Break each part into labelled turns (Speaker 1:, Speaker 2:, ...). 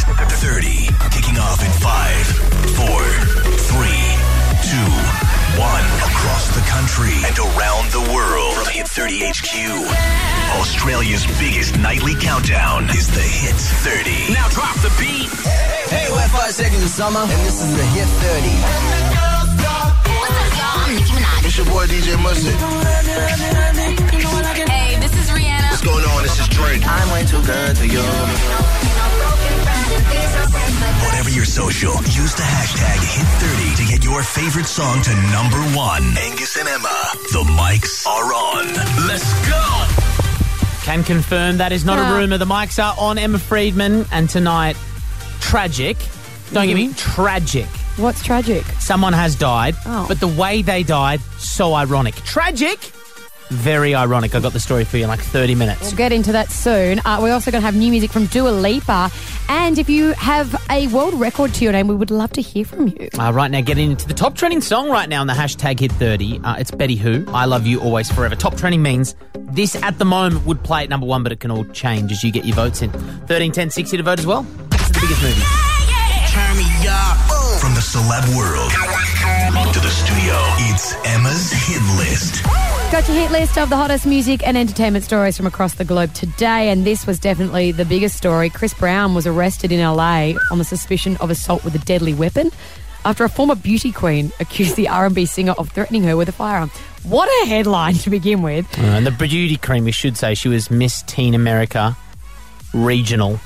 Speaker 1: 30. Kicking off in 5, 4, 3, 2, 1. Across the country and around the world from Hit 30 HQ. Australia's biggest nightly countdown is the Hit 30. Now drop the beat.
Speaker 2: Hey, we're Five Seconds of Summer, and this is the Hit 30.
Speaker 3: It's your boy DJ Mustard.
Speaker 4: Hey, this is Rihanna.
Speaker 3: What's going on? This is Drake.
Speaker 2: I'm way too good to you.
Speaker 1: Whatever your social, use the hashtag Hit30 to get your favorite song to number one. Angus and Emma, the mics are on. Let's go!
Speaker 5: Can confirm that is not a rumor. The mics are on Emma Friedman, and tonight, tragic. Don't get me tragic.
Speaker 6: What's tragic?
Speaker 5: Someone has died,
Speaker 6: Oh.
Speaker 5: but the way they died, so ironic. Tragic, very ironic. I got the story for you in like 30 minutes.
Speaker 6: We'll get into that soon. Uh, we're also going to have new music from Dua Lipa. And if you have a world record to your name, we would love to hear from you.
Speaker 5: Uh, right now, getting into the top trending song right now on the hashtag hit 30. Uh, it's Betty Who, I Love You Always Forever. Top trending means this at the moment would play at number one, but it can all change as you get your votes in. 13, 10, 60 to vote as well. This is the biggest movie.
Speaker 1: Turn me up. From the celeb world to the studio, it's Emma's Hit List.
Speaker 6: Got your hit list of the hottest music and entertainment stories from across the globe today. And this was definitely the biggest story. Chris Brown was arrested in LA on the suspicion of assault with a deadly weapon after a former beauty queen accused the R&B singer of threatening her with a firearm. What a headline to begin with.
Speaker 5: Uh, and the beauty cream, we should say, she was Miss Teen America regional.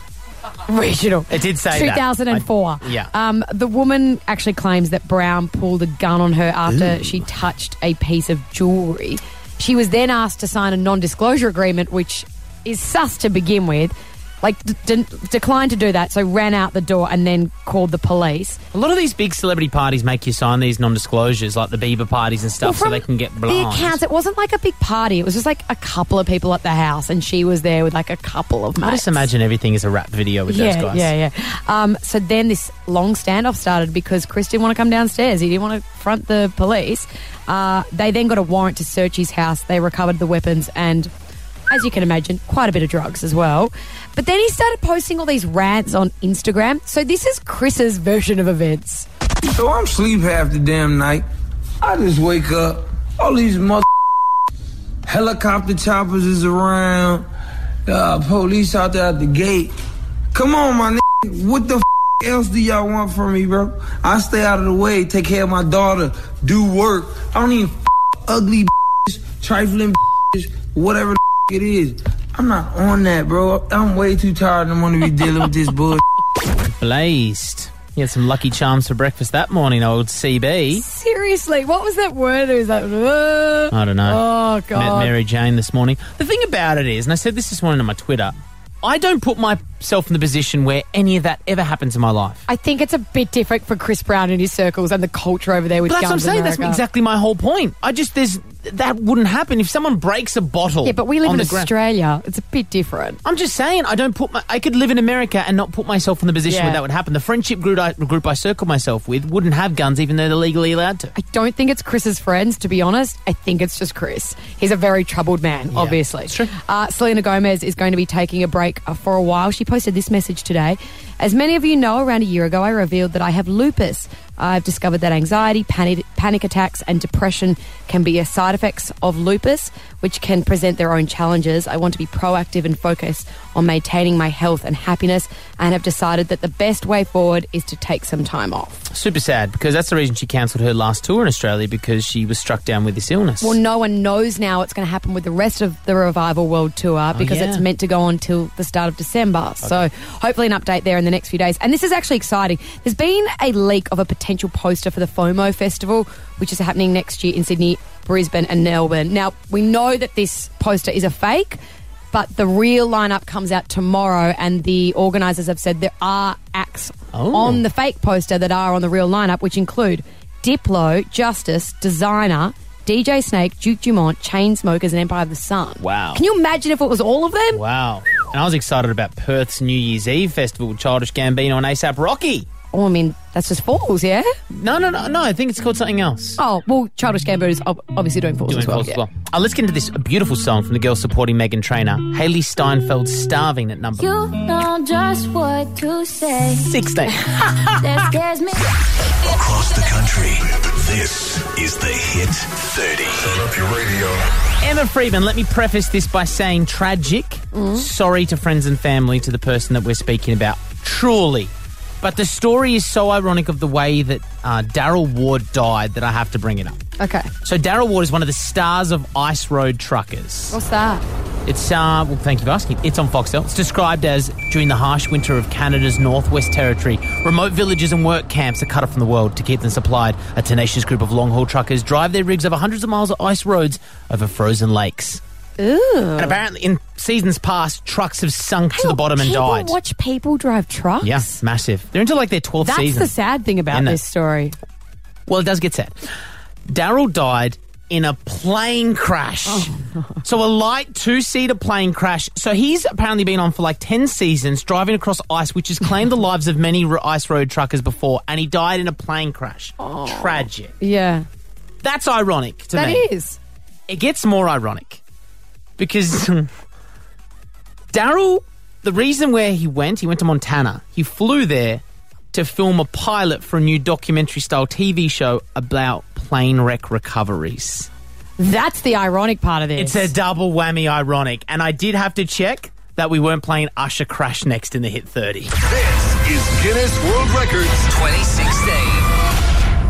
Speaker 6: Regional.
Speaker 5: It did say that.
Speaker 6: 2004.
Speaker 5: I- yeah.
Speaker 6: Um, the woman actually claims that Brown pulled a gun on her after she touched a piece of jewelry. She was then asked to sign a non-disclosure agreement, which is sus to begin with. Like, d- d- declined to do that, so ran out the door and then called the police.
Speaker 5: A lot of these big celebrity parties make you sign these non-disclosures, like the Bieber parties and stuff, so
Speaker 6: Well,
Speaker 5: they can
Speaker 6: from
Speaker 5: get
Speaker 6: The
Speaker 5: blind.
Speaker 6: accounts, it wasn't like a big party. It was just like a couple of people at the house, and she was there with like a couple of mates.
Speaker 5: I just imagine everything is a rap video with
Speaker 6: yeah,
Speaker 5: those guys.
Speaker 6: Yeah, yeah. Um, so then this long standoff started because Chris didn't want to come downstairs. He didn't want to front the police. Uh, they then got a warrant to search his house. They recovered the weapons and, as you can imagine, quite a bit of drugs as well. But then he started posting all these rants on Instagram. So this is Chris's version of events.
Speaker 7: So I'm sleep half the damn night. I just wake up. All these mother helicopter choppers is around. Uh, police out there at the gate. Come on, my nigga. What the f- else do y'all want from me, bro? I stay out of the way, take care of my daughter, do work. I don't even f- ugly bitches, trifling bitches, whatever the f- it is. I'm not on that, bro. I'm way too tired. and I'm gonna be dealing with this bullshit.
Speaker 5: Blazed. He had some lucky charms for breakfast that morning, old CB.
Speaker 6: Seriously, what was that word? It was like,
Speaker 5: I don't know.
Speaker 6: Oh, God.
Speaker 5: Met Mary Jane this morning. The thing about it is, and I said this this morning on my Twitter, I don't put myself in the position where any of that ever happens in my life.
Speaker 6: I think it's a bit different for Chris Brown and his circles and the culture over there with
Speaker 5: But that's what I'm
Speaker 6: Guns
Speaker 5: saying.
Speaker 6: America.
Speaker 5: That's exactly my whole point. I just there's that wouldn't happen if someone breaks a bottle.
Speaker 6: Yeah, but we live
Speaker 5: on
Speaker 6: in
Speaker 5: the ground.
Speaker 6: Australia. It's a bit different.
Speaker 5: I'm just saying. I don't put my. I could live in America and not put myself in the position
Speaker 6: Yeah.
Speaker 5: where that would happen. The friendship group I, group I circle myself with wouldn't have guns, even though they're legally allowed to.
Speaker 6: I don't think it's Chris's friends, to be honest. I think it's just Chris. He's a very troubled man, obviously.
Speaker 5: it's true.
Speaker 6: Uh, Selena Gomez is going to be taking a break uh, for a while. She posted this message today. As many of you know, around a year ago, I revealed that I have lupus. I've discovered that anxiety, panic, panic attacks, and depression can be a side effects of lupus, which can present their own challenges. I want to be proactive and focus on maintaining my health and happiness, and have decided that the best way forward is to take some time off.
Speaker 5: Super sad because that's the reason she cancelled her last tour in Australia because she was struck down with this illness.
Speaker 6: Well, no one knows now what's going to happen with the rest of the Revival World Tour because
Speaker 5: yeah.
Speaker 6: it's meant to go on till the start of December. So, hopefully, an update there in the next few days. And this is actually exciting. There's been a leak of a potential poster for the FOMO Festival, which is happening next year in Sydney, Brisbane, and Melbourne. Now, we know that this poster is a fake. But the real lineup comes out tomorrow, and the organisers have said there are acts
Speaker 5: Oh.
Speaker 6: on the fake poster that are on the real lineup, which include Diplo, Justice, Designer, DJ Snake, Duke Dumont, Chainsmokers, and Empire of the Sun.
Speaker 5: Wow.
Speaker 6: Can you imagine if it was all of them?
Speaker 5: wow. And I was excited about Perth's New Year's Eve festival with Childish Gambino and ASAP Rocky.
Speaker 6: Oh, I mean, that's just falls, yeah?
Speaker 5: No, no, no, no. I think it's called something else.
Speaker 6: Oh, well, Childish Gambino is ob- obviously doing falls
Speaker 5: Doing
Speaker 6: as well.
Speaker 5: calls as
Speaker 6: yeah.
Speaker 5: well. Uh, let's get into this beautiful song from the girl supporting Megan Trainor, Haley Steinfeld, starving at number
Speaker 4: You know just what to say.
Speaker 5: 16.
Speaker 4: That scares me.
Speaker 1: Across the country, this is the Hit 30. Turn up your radio.
Speaker 5: Emma Freeman, let me preface this by saying tragic.
Speaker 6: Mm.
Speaker 5: Sorry to friends and family, to the person that we're speaking about. Truly. But the story is so ironic of the way that uh, Daryl Ward died that I have to bring it up.
Speaker 6: Okay.
Speaker 5: So, Daryl Ward is one of the stars of Ice Road Truckers.
Speaker 6: What's that?
Speaker 5: It's, uh, well, thank you for asking. It's on Foxtel. It's described as during the harsh winter of Canada's Northwest Territory, remote villages and work camps are cut off from the world to keep them supplied. A tenacious group of long haul truckers drive their rigs over hundreds of miles of ice roads over frozen lakes.
Speaker 6: Ooh.
Speaker 5: And apparently, in seasons past, trucks have sunk to the bottom and
Speaker 6: people
Speaker 5: died.
Speaker 6: watch people drive trucks?
Speaker 5: Yeah, massive. They're into like their 12th
Speaker 6: That's
Speaker 5: season.
Speaker 6: the sad thing about
Speaker 5: Isn't it?
Speaker 6: this story.
Speaker 5: Well, it does get sad. Daryl died in a plane crash.
Speaker 6: Oh.
Speaker 5: So a light two-seater plane crash. So he's apparently been on for like 10 seasons driving across ice, which has claimed the lives of many ro- ice road truckers before, and he died in a plane crash. Tragic.
Speaker 6: Yeah.
Speaker 5: That's ironic to
Speaker 6: Oh. that
Speaker 5: me.
Speaker 6: is.
Speaker 5: It gets more ironic because Daryl, the reason where he went, he went to Montana. He flew there to film a pilot for a new documentary style TV show about plane wreck recoveries.
Speaker 6: That's the ironic part of this.
Speaker 5: It's a double whammy ironic. And I did have to check that we weren't playing Usher Crash next in the hit 30.
Speaker 1: This is Guinness World Records 2016.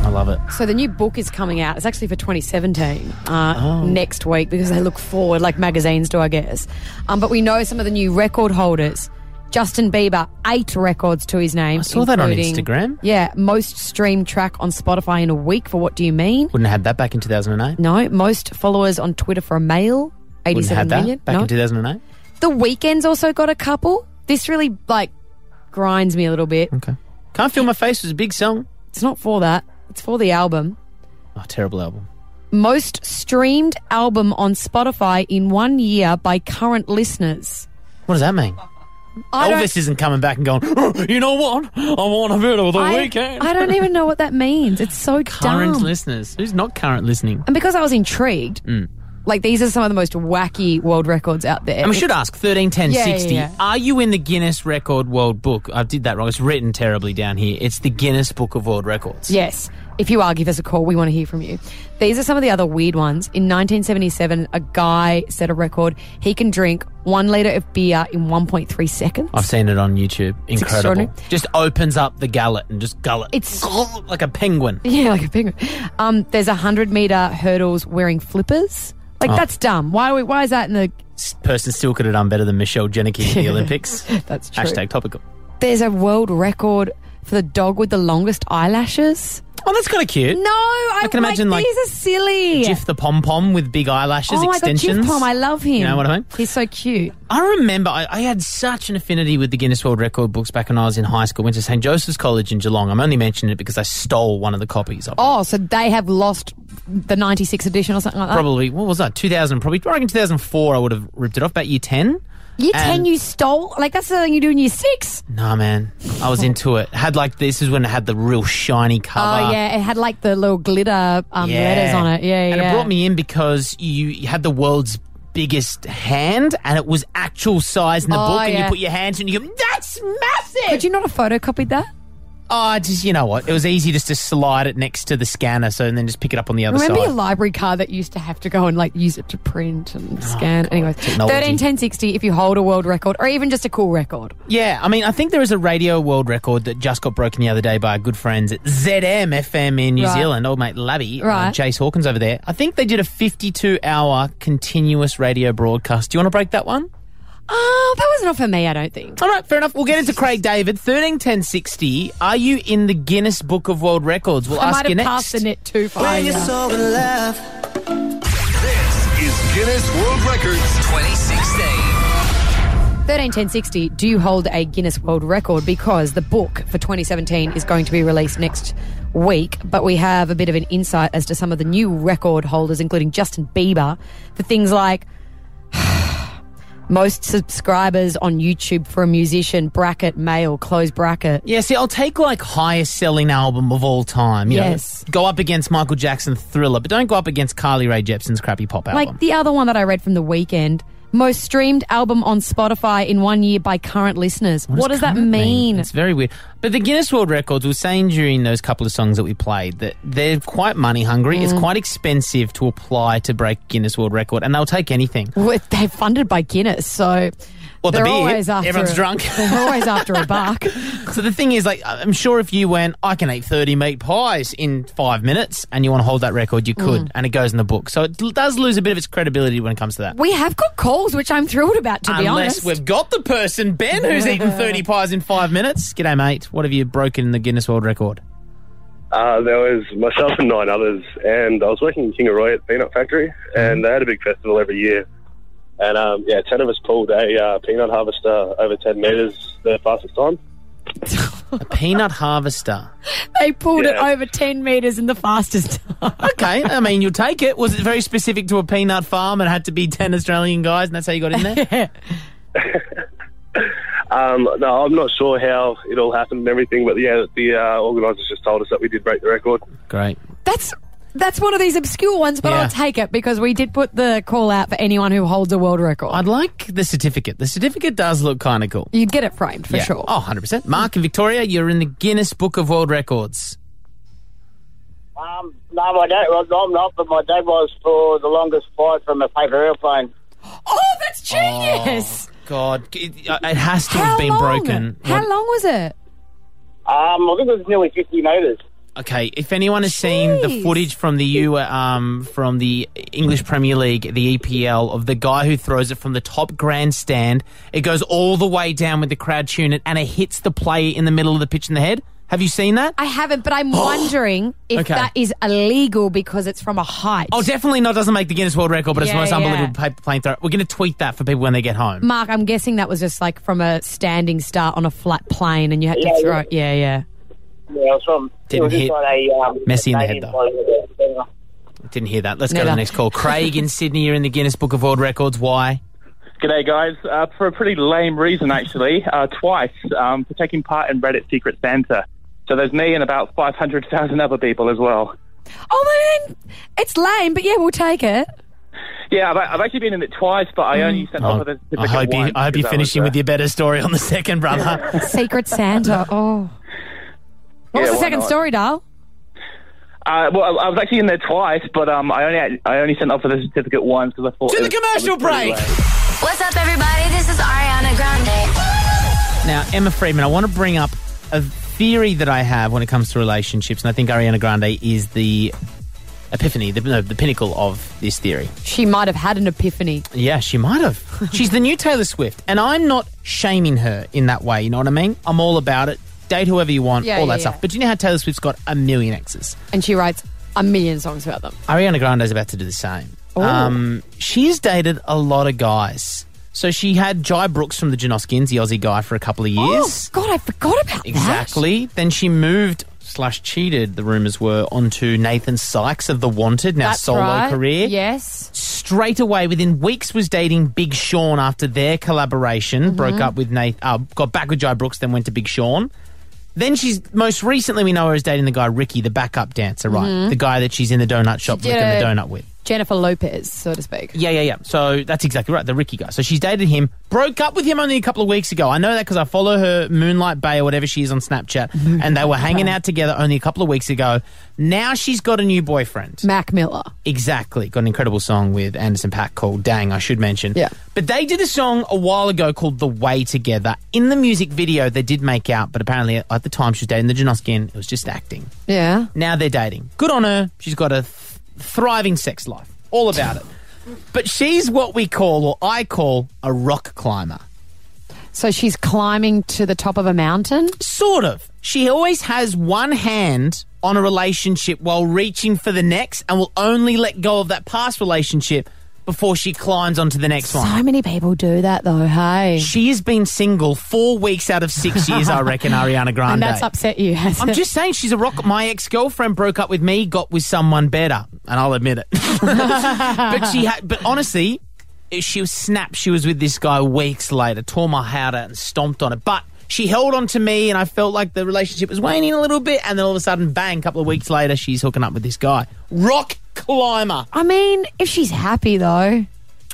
Speaker 5: I love it.
Speaker 6: So the new book is coming out. It's actually for 2017 uh,
Speaker 5: Oh.
Speaker 6: next week because they look forward like magazines do, I guess. Um, but we know some of the new record holders. Justin Bieber, eight records to his name. I
Speaker 5: saw that on Instagram.
Speaker 6: Yeah, most streamed track on Spotify in a week for What Do You Mean?
Speaker 5: Wouldn't have had that back in 2008.
Speaker 6: No, most followers on Twitter for a male,
Speaker 5: Wouldn't
Speaker 6: 87
Speaker 5: have had
Speaker 6: million.
Speaker 5: that back
Speaker 6: no.
Speaker 5: in 2008.
Speaker 6: the weekend's also got a couple. This really like grinds me a little bit.
Speaker 5: Okay. Can't Feel My Face was a big song.
Speaker 6: It's not for that. It's for the album.
Speaker 5: Oh, terrible album.
Speaker 6: most streamed album on Spotify in one year by current listeners.
Speaker 5: What does that mean?
Speaker 6: I don't-
Speaker 5: Elvis isn't coming back and going, "Oh, you know what? I want a bit of the
Speaker 6: I,
Speaker 5: weekend.
Speaker 6: I don't even know what that means. It's so
Speaker 5: current
Speaker 6: dumb.
Speaker 5: listeners. Who's not current listening?
Speaker 6: and because I was intrigued,
Speaker 5: Mm.
Speaker 6: like these are some of the most wacky world records out there.
Speaker 5: And we should ask, 13, 10,
Speaker 6: Yeah, yeah,
Speaker 5: 60,
Speaker 6: yeah.
Speaker 5: are you in the Guinness Record World Book? I did that wrong. It's written terribly down here. It's the Guinness Book of World Records.
Speaker 6: Yes. If you are, give us a call. We want to hear from you. These are some of the other weird ones. In 1977, a guy set a record. He can drink one litre of beer in 1.3 seconds.
Speaker 5: I've seen it on YouTube. Incredible.
Speaker 6: extraordinary.
Speaker 5: Just opens up the gullet and just gullet.
Speaker 6: It's-
Speaker 5: like a penguin.
Speaker 6: Yeah, like a penguin. Um, there's a hundred meter hurdles wearing flippers. Like
Speaker 5: Oh.
Speaker 6: that's dumb. Why? Are we, why is that in the?
Speaker 5: This person still could have done better than Michelle Jenicky in the Olympics.
Speaker 6: That's true.
Speaker 5: Hashtag topical.
Speaker 6: There's a world record for the dog with the longest eyelashes.
Speaker 5: Oh, that's kind of cute.
Speaker 6: No, I,
Speaker 5: can imagine, like,
Speaker 6: these are silly.
Speaker 5: Jiff the pom pom with big eyelashes,
Speaker 6: oh my god,
Speaker 5: extensions.
Speaker 6: Jif Pom, I love him.
Speaker 5: You know what I mean?
Speaker 6: He's so cute.
Speaker 5: I remember I, I had such an affinity with the Guinness World Record books back when I was in high school. Went to St Joseph's College in Geelong. I'm only mentioning it because I stole one of the copies of it.
Speaker 6: Oh, so they have lost the '96 edition or something like that.
Speaker 5: Probably what was that? 2000, probably. I reckon 2004. I would have ripped it off. About year 10.
Speaker 6: Year
Speaker 5: And-
Speaker 6: ten, you stole. Like that's the thing you do in year six. Oh,
Speaker 5: Nah, man, I was into it. Had like this is when it had the real shiny cover.
Speaker 6: Oh yeah, it had like the little glitter um,
Speaker 5: Yeah.
Speaker 6: letters on it. Yeah,
Speaker 5: and
Speaker 6: yeah.
Speaker 5: it brought me in because you, you had the world's biggest hand, and it was actual size in the
Speaker 6: Oh,
Speaker 5: book. And you
Speaker 6: yeah.
Speaker 5: put your hands in and you go, "That's massive."
Speaker 6: Could you not have photocopied that?
Speaker 5: Oh, just you know what? It was easy just to slide it next to the scanner, so and then just pick it up on the other
Speaker 6: Remember
Speaker 5: side.
Speaker 6: your library card that you used to have to go and like use it to print and scan? Anyways,
Speaker 5: technology.
Speaker 6: 13, 10, 60 if you hold a world record or even just a cool record.
Speaker 5: yeah, I mean, I think there is a radio world record that just got broken the other day by our good friends at ZM FM in New
Speaker 6: Right.
Speaker 5: Zealand. Old mate Labby, uh,
Speaker 6: Right.
Speaker 5: Chase Hawkins over there. I think they did a 52 hour continuous radio broadcast. Do you want to break that one?
Speaker 6: Oh, that was not for me, I don't think.
Speaker 5: All right, fair enough. We'll get into Craig David. 13 10 60. Are you in the Guinness Book of World Records? We'll
Speaker 6: I
Speaker 5: ask
Speaker 6: might
Speaker 5: you
Speaker 6: have
Speaker 5: next.
Speaker 6: passed the net too far. yeah.
Speaker 1: This is Guinness World Records 2016.
Speaker 6: 13, 10, 60, do you hold a Guinness World Record? Because the book for 2017 is going to be released next week, but we have a bit of an insight as to some of the new record holders, including Justin Bieber, for things like Most subscribers on YouTube for a musician, bracket male, close bracket.
Speaker 5: Yeah, see, I'll take like highest selling album of all time. You
Speaker 6: Yes.
Speaker 5: Know, go up against Michael Jackson's Thriller, but don't go up against Carly Rae Jepsen's crappy pop album.
Speaker 6: Like the other one that I read from the weekend. Most streamed album on Spotify in one year by current listeners. What, does that
Speaker 5: current
Speaker 6: mean?
Speaker 5: It's very weird. But the Guinness World Records was saying during those couple of songs that we played that they're quite money hungry.
Speaker 6: Mm.
Speaker 5: It's quite expensive to apply to break Guinness World Record, and they'll take anything.
Speaker 6: Well, they're funded by Guinness, so
Speaker 5: Well, the
Speaker 6: they're
Speaker 5: beer,
Speaker 6: always after
Speaker 5: everyone's
Speaker 6: a-
Speaker 5: drunk.
Speaker 6: They're always after a buck.
Speaker 5: So the thing is, like, I'm sure if you went, I can eat 30 meat pies in five minutes, and you want to hold that record, you could,
Speaker 6: Mm.
Speaker 5: and it goes in the book. So it l- does lose a bit of its credibility when it comes to that.
Speaker 6: We have got calls, which I'm thrilled about. To be
Speaker 5: Unless
Speaker 6: honest,
Speaker 5: we've got the person, Ben, who's eaten 30 pies in five minutes. G'day, mate. What have you broken the Guinness World Record?
Speaker 8: Uh, there was myself and nine others, and I was working in Kingaroy at Peanut Factory, and they had a big festival every year. And um, yeah, ten of us pulled a uh, peanut harvester over ten meters, the fastest time.
Speaker 5: A peanut harvester.
Speaker 6: they pulled it
Speaker 8: Yeah.
Speaker 6: over ten meters in the fastest time.
Speaker 5: Okay, I mean, you'll take it. Was it very specific to a peanut farm and had to be 10 Australian guys, and that's how you got in there?
Speaker 8: Um, no, I'm not sure how it all happened and everything, but yeah, the uh, organisers just told us that we did break the record.
Speaker 5: Great.
Speaker 6: That's that's one of these obscure ones, but
Speaker 5: Yeah.
Speaker 6: I'll take it because we did put the call out for anyone who holds a world record.
Speaker 5: I'd like the certificate. The certificate does look kind of cool.
Speaker 6: You'd get it framed for
Speaker 5: Yeah.
Speaker 6: sure.
Speaker 5: Oh, 100%. Mark and Victoria, you're in the Guinness Book of World Records.
Speaker 9: Um, no, I don't. well, I'm not, but my dad was for the longest flight from a paper airplane.
Speaker 6: Oh, that's genius!
Speaker 5: God, it, it has to
Speaker 6: How
Speaker 5: have been
Speaker 6: long?
Speaker 5: broken.
Speaker 6: How
Speaker 5: What-
Speaker 6: long was it?
Speaker 9: Um, I think it was nearly 50 metres.
Speaker 5: Okay, if anyone has seen the
Speaker 6: Jeez.
Speaker 5: footage from the U, um, from the English Premier League, the EPL, of the guy who throws it from the top grandstand, it goes all the way down with the crowd tune it, and it hits the player in the middle of the pitch in the head. Have you seen that?
Speaker 6: I haven't, but I'm wondering if
Speaker 5: Okay.
Speaker 6: that is illegal because it's from a height.
Speaker 5: oh, definitely not. Doesn't make the Guinness World Record, but it's the
Speaker 6: Yeah,
Speaker 5: most
Speaker 6: yeah.
Speaker 5: unbelievable paper plane throw. We're going to tweet that for people when they get home.
Speaker 6: Mark, I'm guessing that was just like from a standing start on a flat plane, and you had
Speaker 9: Yeah,
Speaker 6: to throw
Speaker 9: yeah.
Speaker 6: it. Yeah, yeah.
Speaker 9: Yeah, it was from.
Speaker 5: Didn't
Speaker 9: it was
Speaker 5: hit
Speaker 9: inside a, um,
Speaker 5: Messi in the head,
Speaker 9: stadium by-
Speaker 5: Didn't hear that. Let's go to the
Speaker 6: Never.
Speaker 5: next call. Craig in Sydney, you're in the Guinness Book of World Records. Why?
Speaker 10: G'day, guys. Uh, for a pretty lame reason, actually, uh, twice um, for taking part in Reddit Secret Santa. So there's me and about 500,000 other people as well.
Speaker 6: Oh man, it's lame, but yeah, we'll take it.
Speaker 10: Yeah, I've, I've actually been in it twice, but I only
Speaker 5: Mm.
Speaker 10: sent off with a
Speaker 5: Oh, I hope you. I hope you're finishing with your better story on the second, brother.
Speaker 6: Secret Santa. Oh, what was the second story, Darl?
Speaker 10: Uh, well, I, I was actually in there twice, but um, I only I only sent off for the certificate once because I thought.
Speaker 5: to
Speaker 10: it
Speaker 5: the
Speaker 10: was-
Speaker 5: commercial
Speaker 10: it was pretty
Speaker 5: break.
Speaker 10: lame.
Speaker 11: What's up, everybody? This is Ariana Grande.
Speaker 5: Now, Emma Friedman, I want to bring up a theory that I have when it comes to relationships, and I think Ariana Grande is the epiphany, the, no, the pinnacle of this theory.
Speaker 6: She might have had an epiphany.
Speaker 5: Yeah, she might have. She's the new Taylor Swift, and I'm not shaming her in that way, you know what I mean? I'm all about it. Date whoever you want,
Speaker 6: Yeah,
Speaker 5: all
Speaker 6: yeah,
Speaker 5: that stuff.
Speaker 6: yeah.
Speaker 5: But you know how Taylor Swift's got a million exes?
Speaker 6: and she writes a million songs about them.
Speaker 5: Ariana Grande's about to do the same. Um, she's dated a lot of guys. So she had Jai Brooks from the Janoskins, the Aussie guy, for a couple of years.
Speaker 6: Oh God, I forgot about that.
Speaker 5: Exactly. Then she moved slash cheated, the rumours were, onto Nathan Sykes of The Wanted, now
Speaker 6: That's
Speaker 5: solo
Speaker 6: right.
Speaker 5: career.
Speaker 6: Yes.
Speaker 5: Straight away, within weeks, was dating Big Sean after their collaboration.
Speaker 6: Mm-hmm.
Speaker 5: Broke up with Nathan, uh, got back with Jai Brooks, then went to Big Sean. Then she's most recently we know her as dating the guy Ricky, the backup dancer, right? The guy that she's in the donut shop
Speaker 6: Mm-hmm. She
Speaker 5: licking
Speaker 6: did
Speaker 5: the
Speaker 6: a-
Speaker 5: donut with.
Speaker 6: Jennifer Lopez, so to speak.
Speaker 5: Yeah, yeah, yeah. So that's exactly right. The Ricky guy. So she's dated him, broke up with him only a couple of weeks ago. I know that because I follow her Moonlight Bay or whatever she is on Snapchat, and they were hanging out together only a couple of weeks ago. Now she's got a new boyfriend.
Speaker 6: Mac Miller.
Speaker 5: Exactly. Got an incredible song with Anderson Pack called Dang, I should mention.
Speaker 6: Yeah.
Speaker 5: But they did a song a while ago called The Way Together. In the music video, they did make out, but apparently at the time she was dating the Janoskin, it was just acting.
Speaker 6: Yeah.
Speaker 5: Now they're dating. Good on her. She's got a th- thriving sex life. All about it. But she's what we call, or I call, a rock climber.
Speaker 6: So she's climbing to the top of a mountain.
Speaker 5: Sort of. She always has one hand on a relationship while reaching for the next and will only let go of that past relationship before she climbs onto the next one.
Speaker 6: So many people do that, though. Hey,
Speaker 5: She has been single four weeks out of six years, I reckon, Ariana Grande.
Speaker 6: and that's upset you. Has
Speaker 5: I'm
Speaker 6: it?
Speaker 5: just saying, she's a rock. My ex girlfriend broke up with me, got with someone better, and I'll admit it. but she, ha- but honestly, she was snapped. She was with this guy weeks later, tore my heart out and stomped on it. But she held on to me, and I felt like the relationship was waning a little bit. And then all of a sudden, bang! A couple of weeks later, she's hooking up with this guy, rock climber.
Speaker 6: I mean, if she's happy though.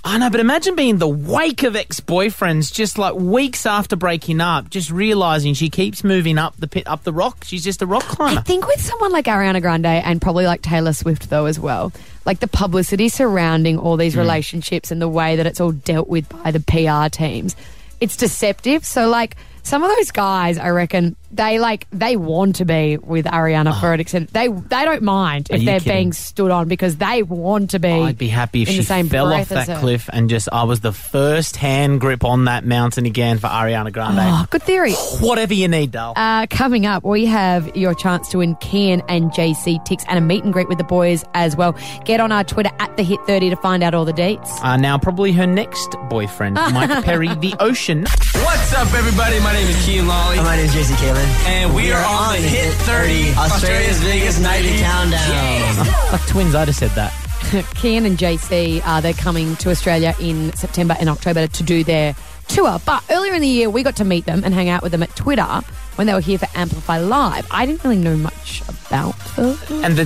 Speaker 5: I know, but imagine being in the wake of ex-boyfriends, just like weeks after breaking up, just realizing she keeps moving up the pit, up the rock. She's just a rock climber.
Speaker 6: I think with someone like Ariana Grande and probably like Taylor Swift though as well, like the publicity surrounding all
Speaker 5: Mm.
Speaker 6: these relationships and the way that it's all dealt with by the PR teams, it's deceptive. So like some of those guys, I reckon they like they want to be with Ariana for an extent. They they don't mind
Speaker 5: Oh. Are
Speaker 6: if
Speaker 5: you
Speaker 6: they're
Speaker 5: kidding?
Speaker 6: being stood on because they want to be.
Speaker 5: I'd be happy if
Speaker 6: in
Speaker 5: she
Speaker 6: the same
Speaker 5: fell off
Speaker 6: breath as
Speaker 5: that
Speaker 6: her.
Speaker 5: cliff and just I was the first hand grip on that mountain again for Ariana Grande.
Speaker 6: Oh, good theory.
Speaker 5: Whatever you need, Dale.
Speaker 6: Uh, coming up, we have your chance to win Kian and JC ticks and a meet and greet with the boys as well. Get on our Twitter at the Hit Thirty to find out all the dates.
Speaker 5: Uh, now probably her next boyfriend, Mike Perry, the Ocean.
Speaker 2: What's up, everybody? My name is Keen Lolly. And my name is JC Kalen. And
Speaker 5: we are on the Hit 30, Australia's biggest nightly countdown. like twins, I'd have said that.
Speaker 6: Kian and JC, uh, they're coming to Australia in September and October to do their tour. But earlier in the year, we got to meet them and hang out with them at Twitter when they were here for Amplify Live. I didn't really know much about them.
Speaker 5: And the,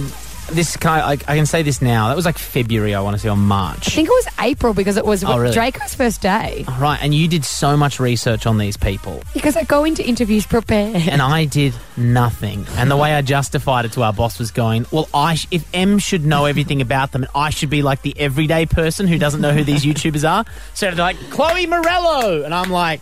Speaker 5: this kind, I, I can say this now. That was like February. I want to say or March.
Speaker 6: I think it was April because it was
Speaker 5: Oh, really?
Speaker 6: Draco's first day.
Speaker 5: Right, and you did so much research on these people.
Speaker 6: Because I go into interviews prepared.
Speaker 5: and I did nothing. And the way I justified it to our boss was going, "Well, I sh- if M should know everything about them, and I should be like the everyday person who doesn't know who these YouTubers are." So they're like Chloe Morello, and I'm like,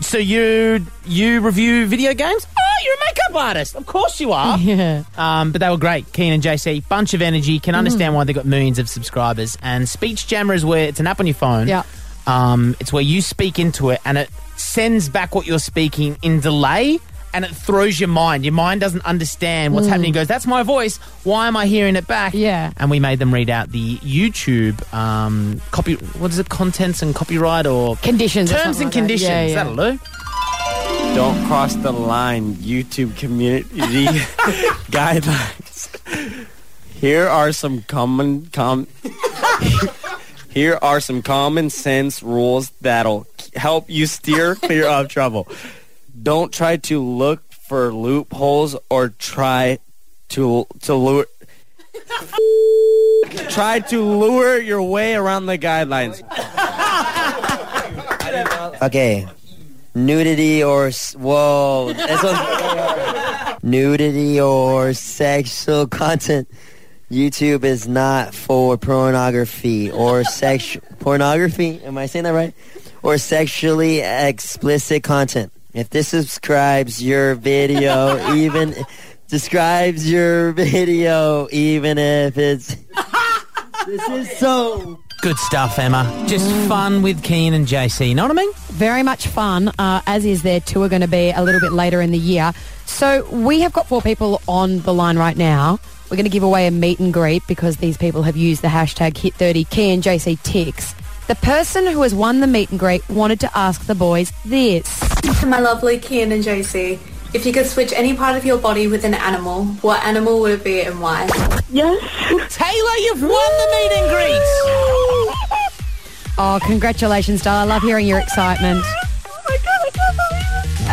Speaker 5: "So you you review video games? Oh, you're a makeup artist, of course you are."
Speaker 6: Yeah. Mm.
Speaker 5: Um, but they were great. Keen and JC, bunch of energy. Can understand why they got millions of subscribers. And Speech Jammer is where it's an app on your phone.
Speaker 6: Yeah.
Speaker 5: Um, it's where you speak into it and it sends back what you're speaking in delay and it throws your mind. Your mind doesn't understand what's
Speaker 6: Mm.
Speaker 5: happening. It goes, that's my voice. Why am I hearing it back?
Speaker 6: Yeah.
Speaker 5: And we made them read out the YouTube um, copy. What is it? Contents and copyright or
Speaker 6: Conditions or
Speaker 5: Terms
Speaker 6: something
Speaker 5: and
Speaker 6: like that.
Speaker 5: conditions.
Speaker 6: Yeah, yeah.
Speaker 5: That'll do.
Speaker 12: Don't cross the line, YouTube community guidelines. Here are some common com- Here are some common sense rules that'll help you steer clear of trouble. Don't try to look for loopholes or try to to lure try to lure your way around the guidelines.
Speaker 13: Okay. Nudity or s- whoa. This one- Nudity or sexual content. YouTube is not for pornography or sex pornography. Am I saying that right? Or sexually explicit content. If this describes your video, even describes your video, even if it's this is so
Speaker 5: Good stuff, Emma. Just
Speaker 6: Mm.
Speaker 5: fun with Keen and JC. You know what I mean?
Speaker 6: Very much fun, uh, as is their tour going to be a little bit later in the year. So we have got four people on the line right now. We're going to give away a meet and greet because these people have used the hashtag Hit30 Key and JC Ticks. The person who has won the meet and greet wanted to ask the boys this.
Speaker 14: My lovely Kian and JC, if you could switch any part of your body with an animal, what animal would it be and why? Yes.
Speaker 5: Taylor, you've won the meet and greet.
Speaker 6: Oh, congratulations, Dar. I love hearing your excitement.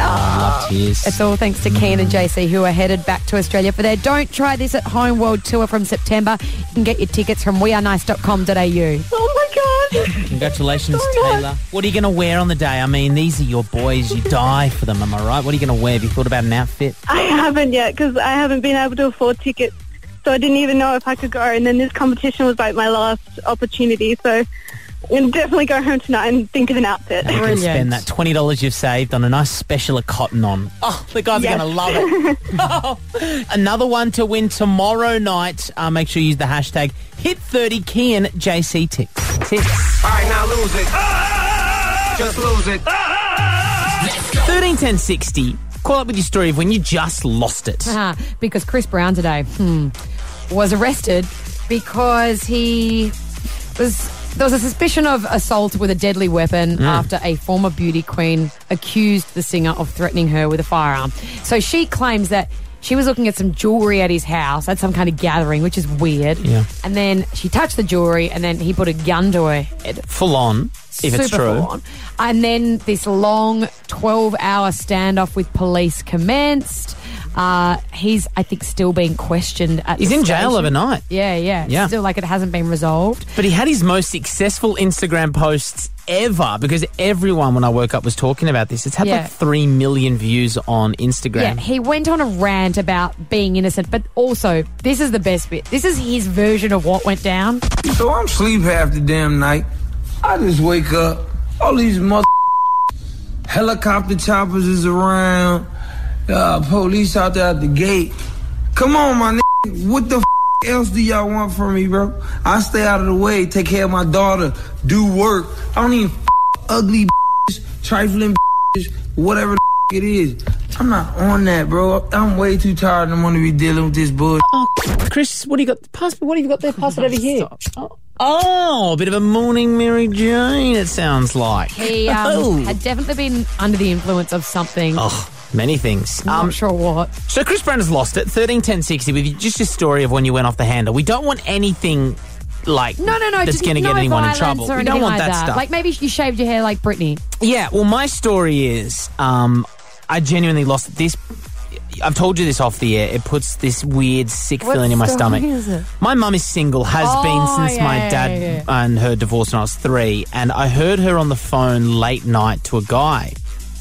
Speaker 5: Ah, tears.
Speaker 6: It's all thanks to Keen and JC who are headed back to Australia for their Don't Try This at Home World Tour from September. You can get your tickets from wearenice.com.au.
Speaker 14: Oh my god.
Speaker 5: Congratulations,
Speaker 14: Sorry, guys.
Speaker 5: Taylor. What are you going to wear on the day? I mean, these are your boys. You die for them, am I right? What are you going to wear? Have you thought about an outfit?
Speaker 6: Uh,
Speaker 15: I haven't yet because I haven't been able to afford tickets. So I didn't even know if I could go. And then this competition was like my last opportunity. So I'm going to definitely go home tonight and think of an outfit.
Speaker 5: And you can spend that $20 you've saved on a nice special of cotton on. Oh, the guys are going to love it. Another one to win tomorrow night. Uh, make sure you use the hashtag Hit30Kian JC Ticks. Ticks.
Speaker 7: All right, now lose it. Just lose it.
Speaker 5: 131060. Call up with your story of when you just lost it.
Speaker 6: Ah, because Chris Brown today hmm, was arrested because he was there was a suspicion of assault with a deadly weapon
Speaker 16: Mm.
Speaker 6: after a former beauty queen accused the singer of threatening her with a firearm. So she claims that She was looking at some jewelry at his house at some kind of gathering, which is weird.
Speaker 5: Yeah.
Speaker 6: And then she touched the jewelry, and then he put a gun to her head.
Speaker 5: Full on, if it's
Speaker 6: Super
Speaker 5: true.
Speaker 6: full on. And then this long 12 hour standoff with police commenced. Uh, he's, I think, still being questioned at
Speaker 5: He's
Speaker 6: the
Speaker 5: in jail
Speaker 6: station.
Speaker 5: overnight.
Speaker 6: Yeah, yeah.
Speaker 5: Yeah.
Speaker 6: Still, like, it hasn't been resolved.
Speaker 5: But he had his most successful Instagram posts ever because everyone, when I woke up, was talking about this. It's had
Speaker 6: Yeah.
Speaker 5: like 3 million views on Instagram.
Speaker 6: Yeah, he went on a rant about being innocent, but also, this is the best bit. This is his version of what went down.
Speaker 7: So I'm sleep half the damn night. I just wake up. All these mother helicopter choppers is around. Uh, police out there at the gate. Come on, my nigga. What the f- else do y'all want from me, bro? I stay out of the way, take care of my daughter, do work. I don't even f- ugly, bitches, trifling, bitches, whatever the f- it is. I'm not on that, bro. I'm way too tired. I'm gonna be dealing with this bullshit.
Speaker 5: Chris, what do you got? Pass me. What do you got there? Pass it over here. Oh, a bit of a morning Mary Jane, it sounds like.
Speaker 6: He um, had definitely been under the influence of something.
Speaker 5: Oh, um, many things.
Speaker 6: I'm not sure what.
Speaker 5: So Chris Brown has lost it. Thirteen ten sixty with just your story of when you went off the handle. We don't want anything like
Speaker 6: No, no, no.
Speaker 5: that's
Speaker 6: just
Speaker 5: going to
Speaker 6: no
Speaker 5: get anyone in
Speaker 6: violence
Speaker 5: trouble.
Speaker 6: Or
Speaker 5: We don't
Speaker 6: anything
Speaker 5: want
Speaker 6: like
Speaker 5: that, stuff.
Speaker 6: Like maybe you shaved your hair like Britney.
Speaker 5: Yeah, well, my story is um, I genuinely lost this. I've told you this off the air. It puts this weird, sick feeling in my stomach. My mum is single, has
Speaker 16: Oh,
Speaker 5: been since
Speaker 16: yeah,
Speaker 5: my
Speaker 16: yeah,
Speaker 5: dad
Speaker 16: yeah,
Speaker 5: and her divorce when I was three. And I heard her on the phone late night to a guy.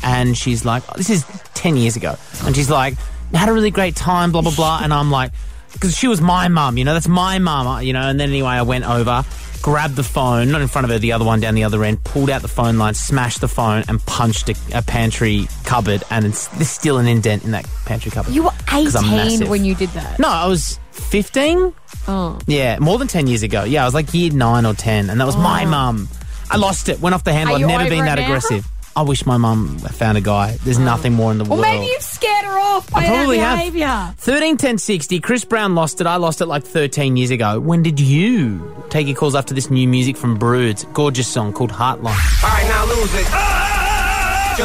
Speaker 5: And she's like, "Oh, this is 10 years ago. And she's like, I had a really great time, blah, blah, blah. And I'm like, because she was my mum, you know, that's my mum, uh, you know. And then anyway, I went over, grabbed the phone, not in front of her, the other one down the other end, pulled out the phone line, smashed the phone, and punched a, a pantry cupboard. And it's, there's still an indent in that pantry cupboard.
Speaker 6: You were
Speaker 5: 'Cause I'm
Speaker 6: 18
Speaker 5: massive.
Speaker 6: when you did that.
Speaker 5: No, I was 15.
Speaker 6: Oh.
Speaker 5: Yeah, more than 10 years ago. Yeah, I was like year 9 or 10, and that was my
Speaker 6: Oh.
Speaker 5: mum. I lost it, went off the handle.
Speaker 6: Are
Speaker 5: I've
Speaker 6: you
Speaker 5: never
Speaker 6: over
Speaker 5: been
Speaker 6: it
Speaker 5: that
Speaker 6: now? Oh.
Speaker 5: aggressive. I wish my mum found a guy. There's nothing more in the
Speaker 6: Well,
Speaker 5: world.
Speaker 6: maybe you've scared her off by
Speaker 5: I probably
Speaker 6: that
Speaker 5: have.
Speaker 6: behaviour.
Speaker 5: 13 10 60, Chris Brown lost it. I lost it like 13 years ago. When did you take your calls after this new music from Broods? Gorgeous song called Heartline.
Speaker 7: All right, now lose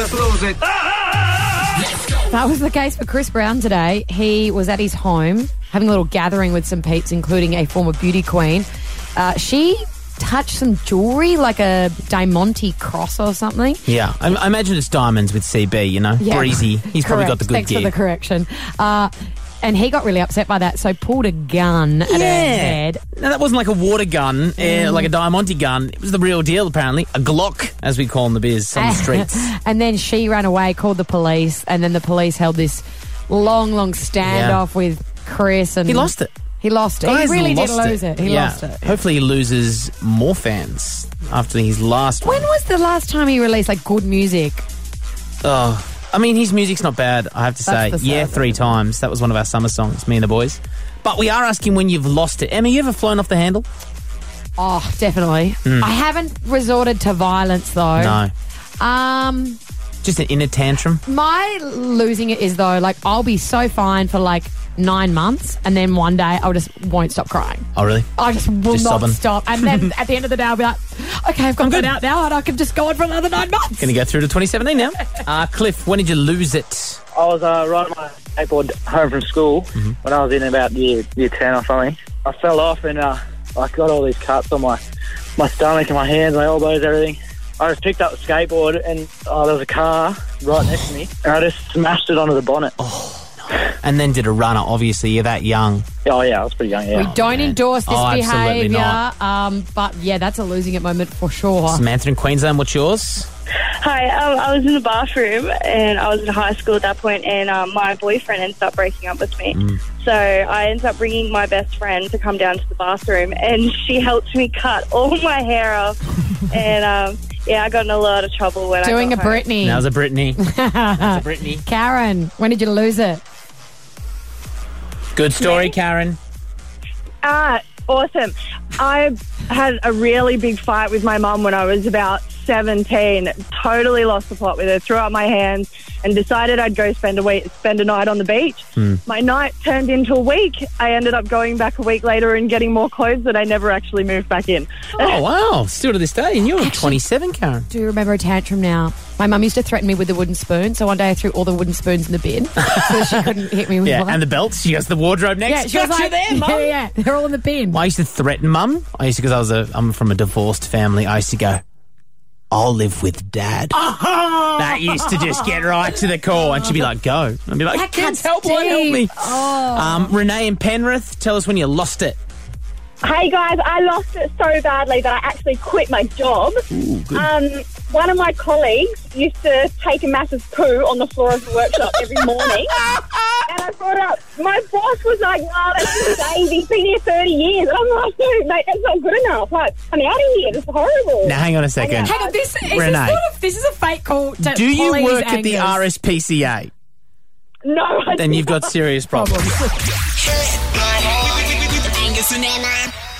Speaker 7: it. Just lose it.
Speaker 6: That was the case for Chris Brown today. He was at his home having a little gathering with some peeps, including a former beauty queen. Uh, she touched some jewelry, like a Diamante cross or something.
Speaker 5: Yeah, I, I imagine it's Diamonds with CB, you know?
Speaker 6: Yeah.
Speaker 5: Breezy. He's probably got
Speaker 6: Correct.
Speaker 5: the good
Speaker 6: Thanks
Speaker 5: gear.
Speaker 6: for the correction. Uh, and he got really upset by that, so pulled a gun at her head.
Speaker 5: Now, that wasn't like a water gun, eh,
Speaker 6: Mm.
Speaker 5: like a Diamante gun. It was the real deal, apparently. A Glock, as we call in the biz on the streets.
Speaker 6: and then she ran away, called the police, and then the police held this long, long standoff with Chris. And
Speaker 5: He lost it.
Speaker 6: He lost it.
Speaker 5: Guys
Speaker 6: he really did
Speaker 5: lost
Speaker 6: lose it. He
Speaker 5: Yeah.
Speaker 6: lost it.
Speaker 5: Hopefully, he loses more fans after his last
Speaker 6: When was the last time he released like good music?
Speaker 5: Oh, I mean, his music's not bad, I have to say.
Speaker 6: That's the
Speaker 5: Yeah,
Speaker 6: sad
Speaker 5: three times. That was one of our summer songs, me and the boys. But we are asking when you've lost it. Emma, you ever flown off the handle?
Speaker 6: Oh, definitely.
Speaker 5: Mm.
Speaker 6: I haven't resorted to violence though.
Speaker 5: No.
Speaker 6: Um,
Speaker 5: Just an inner tantrum?
Speaker 6: my losing it is though, like I'll be so fine for like nine months, and then one day I'll just won't stop crying.
Speaker 5: Oh, really?
Speaker 6: I just will
Speaker 5: Just
Speaker 6: not
Speaker 5: sobbing.
Speaker 6: stop. And then at the end of the day, I'll be like, okay, I've got that out now, and I can just go on for another nine months.
Speaker 5: Going to go through to 2017 now. Uh, Cliff, when did you lose it?
Speaker 17: I was uh, riding my skateboard home from school when I was in about year year ten or something. I fell off and uh, I got all these cuts on my my stomach and my hands, my elbows, everything. I just picked up the skateboard and oh, there was a car right next to me, and I just smashed it onto the bonnet. Oh,
Speaker 5: And then did a runner, obviously. You're that young.
Speaker 17: oh yeah, I was pretty young. Yeah,
Speaker 6: We don't endorse this
Speaker 5: Oh, absolutely
Speaker 6: behaviour,
Speaker 5: not.
Speaker 6: um, but yeah, that's a losing it moment for sure.
Speaker 5: Samantha in Queensland, what's yours?
Speaker 18: Hi, um, I was in the bathroom and I was in high school at that point, and um, my boyfriend ended up breaking up with me. So I ended up bringing my best friend to come down to the bathroom, and she helped me cut all my hair off. and um, yeah, I got in a lot of trouble when
Speaker 6: Doing
Speaker 18: I
Speaker 6: a
Speaker 18: got home.
Speaker 6: Britney.
Speaker 5: Now's a Brittany. Brittany.
Speaker 6: Karen, when did you lose it?
Speaker 5: Good story, Karen.
Speaker 8: Uh,
Speaker 19: Ah, awesome. I had a really big fight with my mum when I was about
Speaker 8: 17. Totally lost the plot with her. Threw up my hands and decided I'd go spend a week, spend a night on the beach. My night turned into a week. I ended up going back a week later and getting more clothes that I never actually moved back in.
Speaker 5: Oh, wow. Still to this day. And you were 27, Karen.
Speaker 6: do remember a tantrum now. My mum used to threaten me with a wooden spoon, so one day I threw all the wooden spoons in the bin so she couldn't hit me with
Speaker 5: Yeah,
Speaker 6: one.
Speaker 5: and the belts. She goes to the wardrobe next.
Speaker 6: Yeah, she was
Speaker 5: Got you
Speaker 6: like,
Speaker 5: there, mum.
Speaker 6: Yeah, yeah, they're all in the bin.
Speaker 5: Well, I used to threaten mum. I used to because I was a I'm from a divorced family. I used to go, I'll live with dad. That used to just get right to the core, and she'd be like, "Go." I'd be like,
Speaker 1: Kids, help one, help me.
Speaker 6: Oh.
Speaker 5: um, "Renee and Penrith, tell us when you lost it."
Speaker 15: Hey guys, I lost it so badly that I actually quit my job.
Speaker 5: good.
Speaker 15: Um, one of my colleagues used to take a massive poo on the floor of the workshop every morning. And I brought it up, my boss was like, no, that's just Dave, he's been here 30 years. And I'm like, dude, mate, that's not good enough. Like, I'm out of here, this is horrible.
Speaker 5: Now, hang on a second.
Speaker 6: Hang on, this is
Speaker 5: Renee.
Speaker 6: this sort of this is a fake call. To
Speaker 5: Do you
Speaker 6: please
Speaker 5: work at the
Speaker 6: Angus.
Speaker 5: RSPCA?
Speaker 15: No.
Speaker 5: Then you've got serious problems.
Speaker 1: Angus and Anna.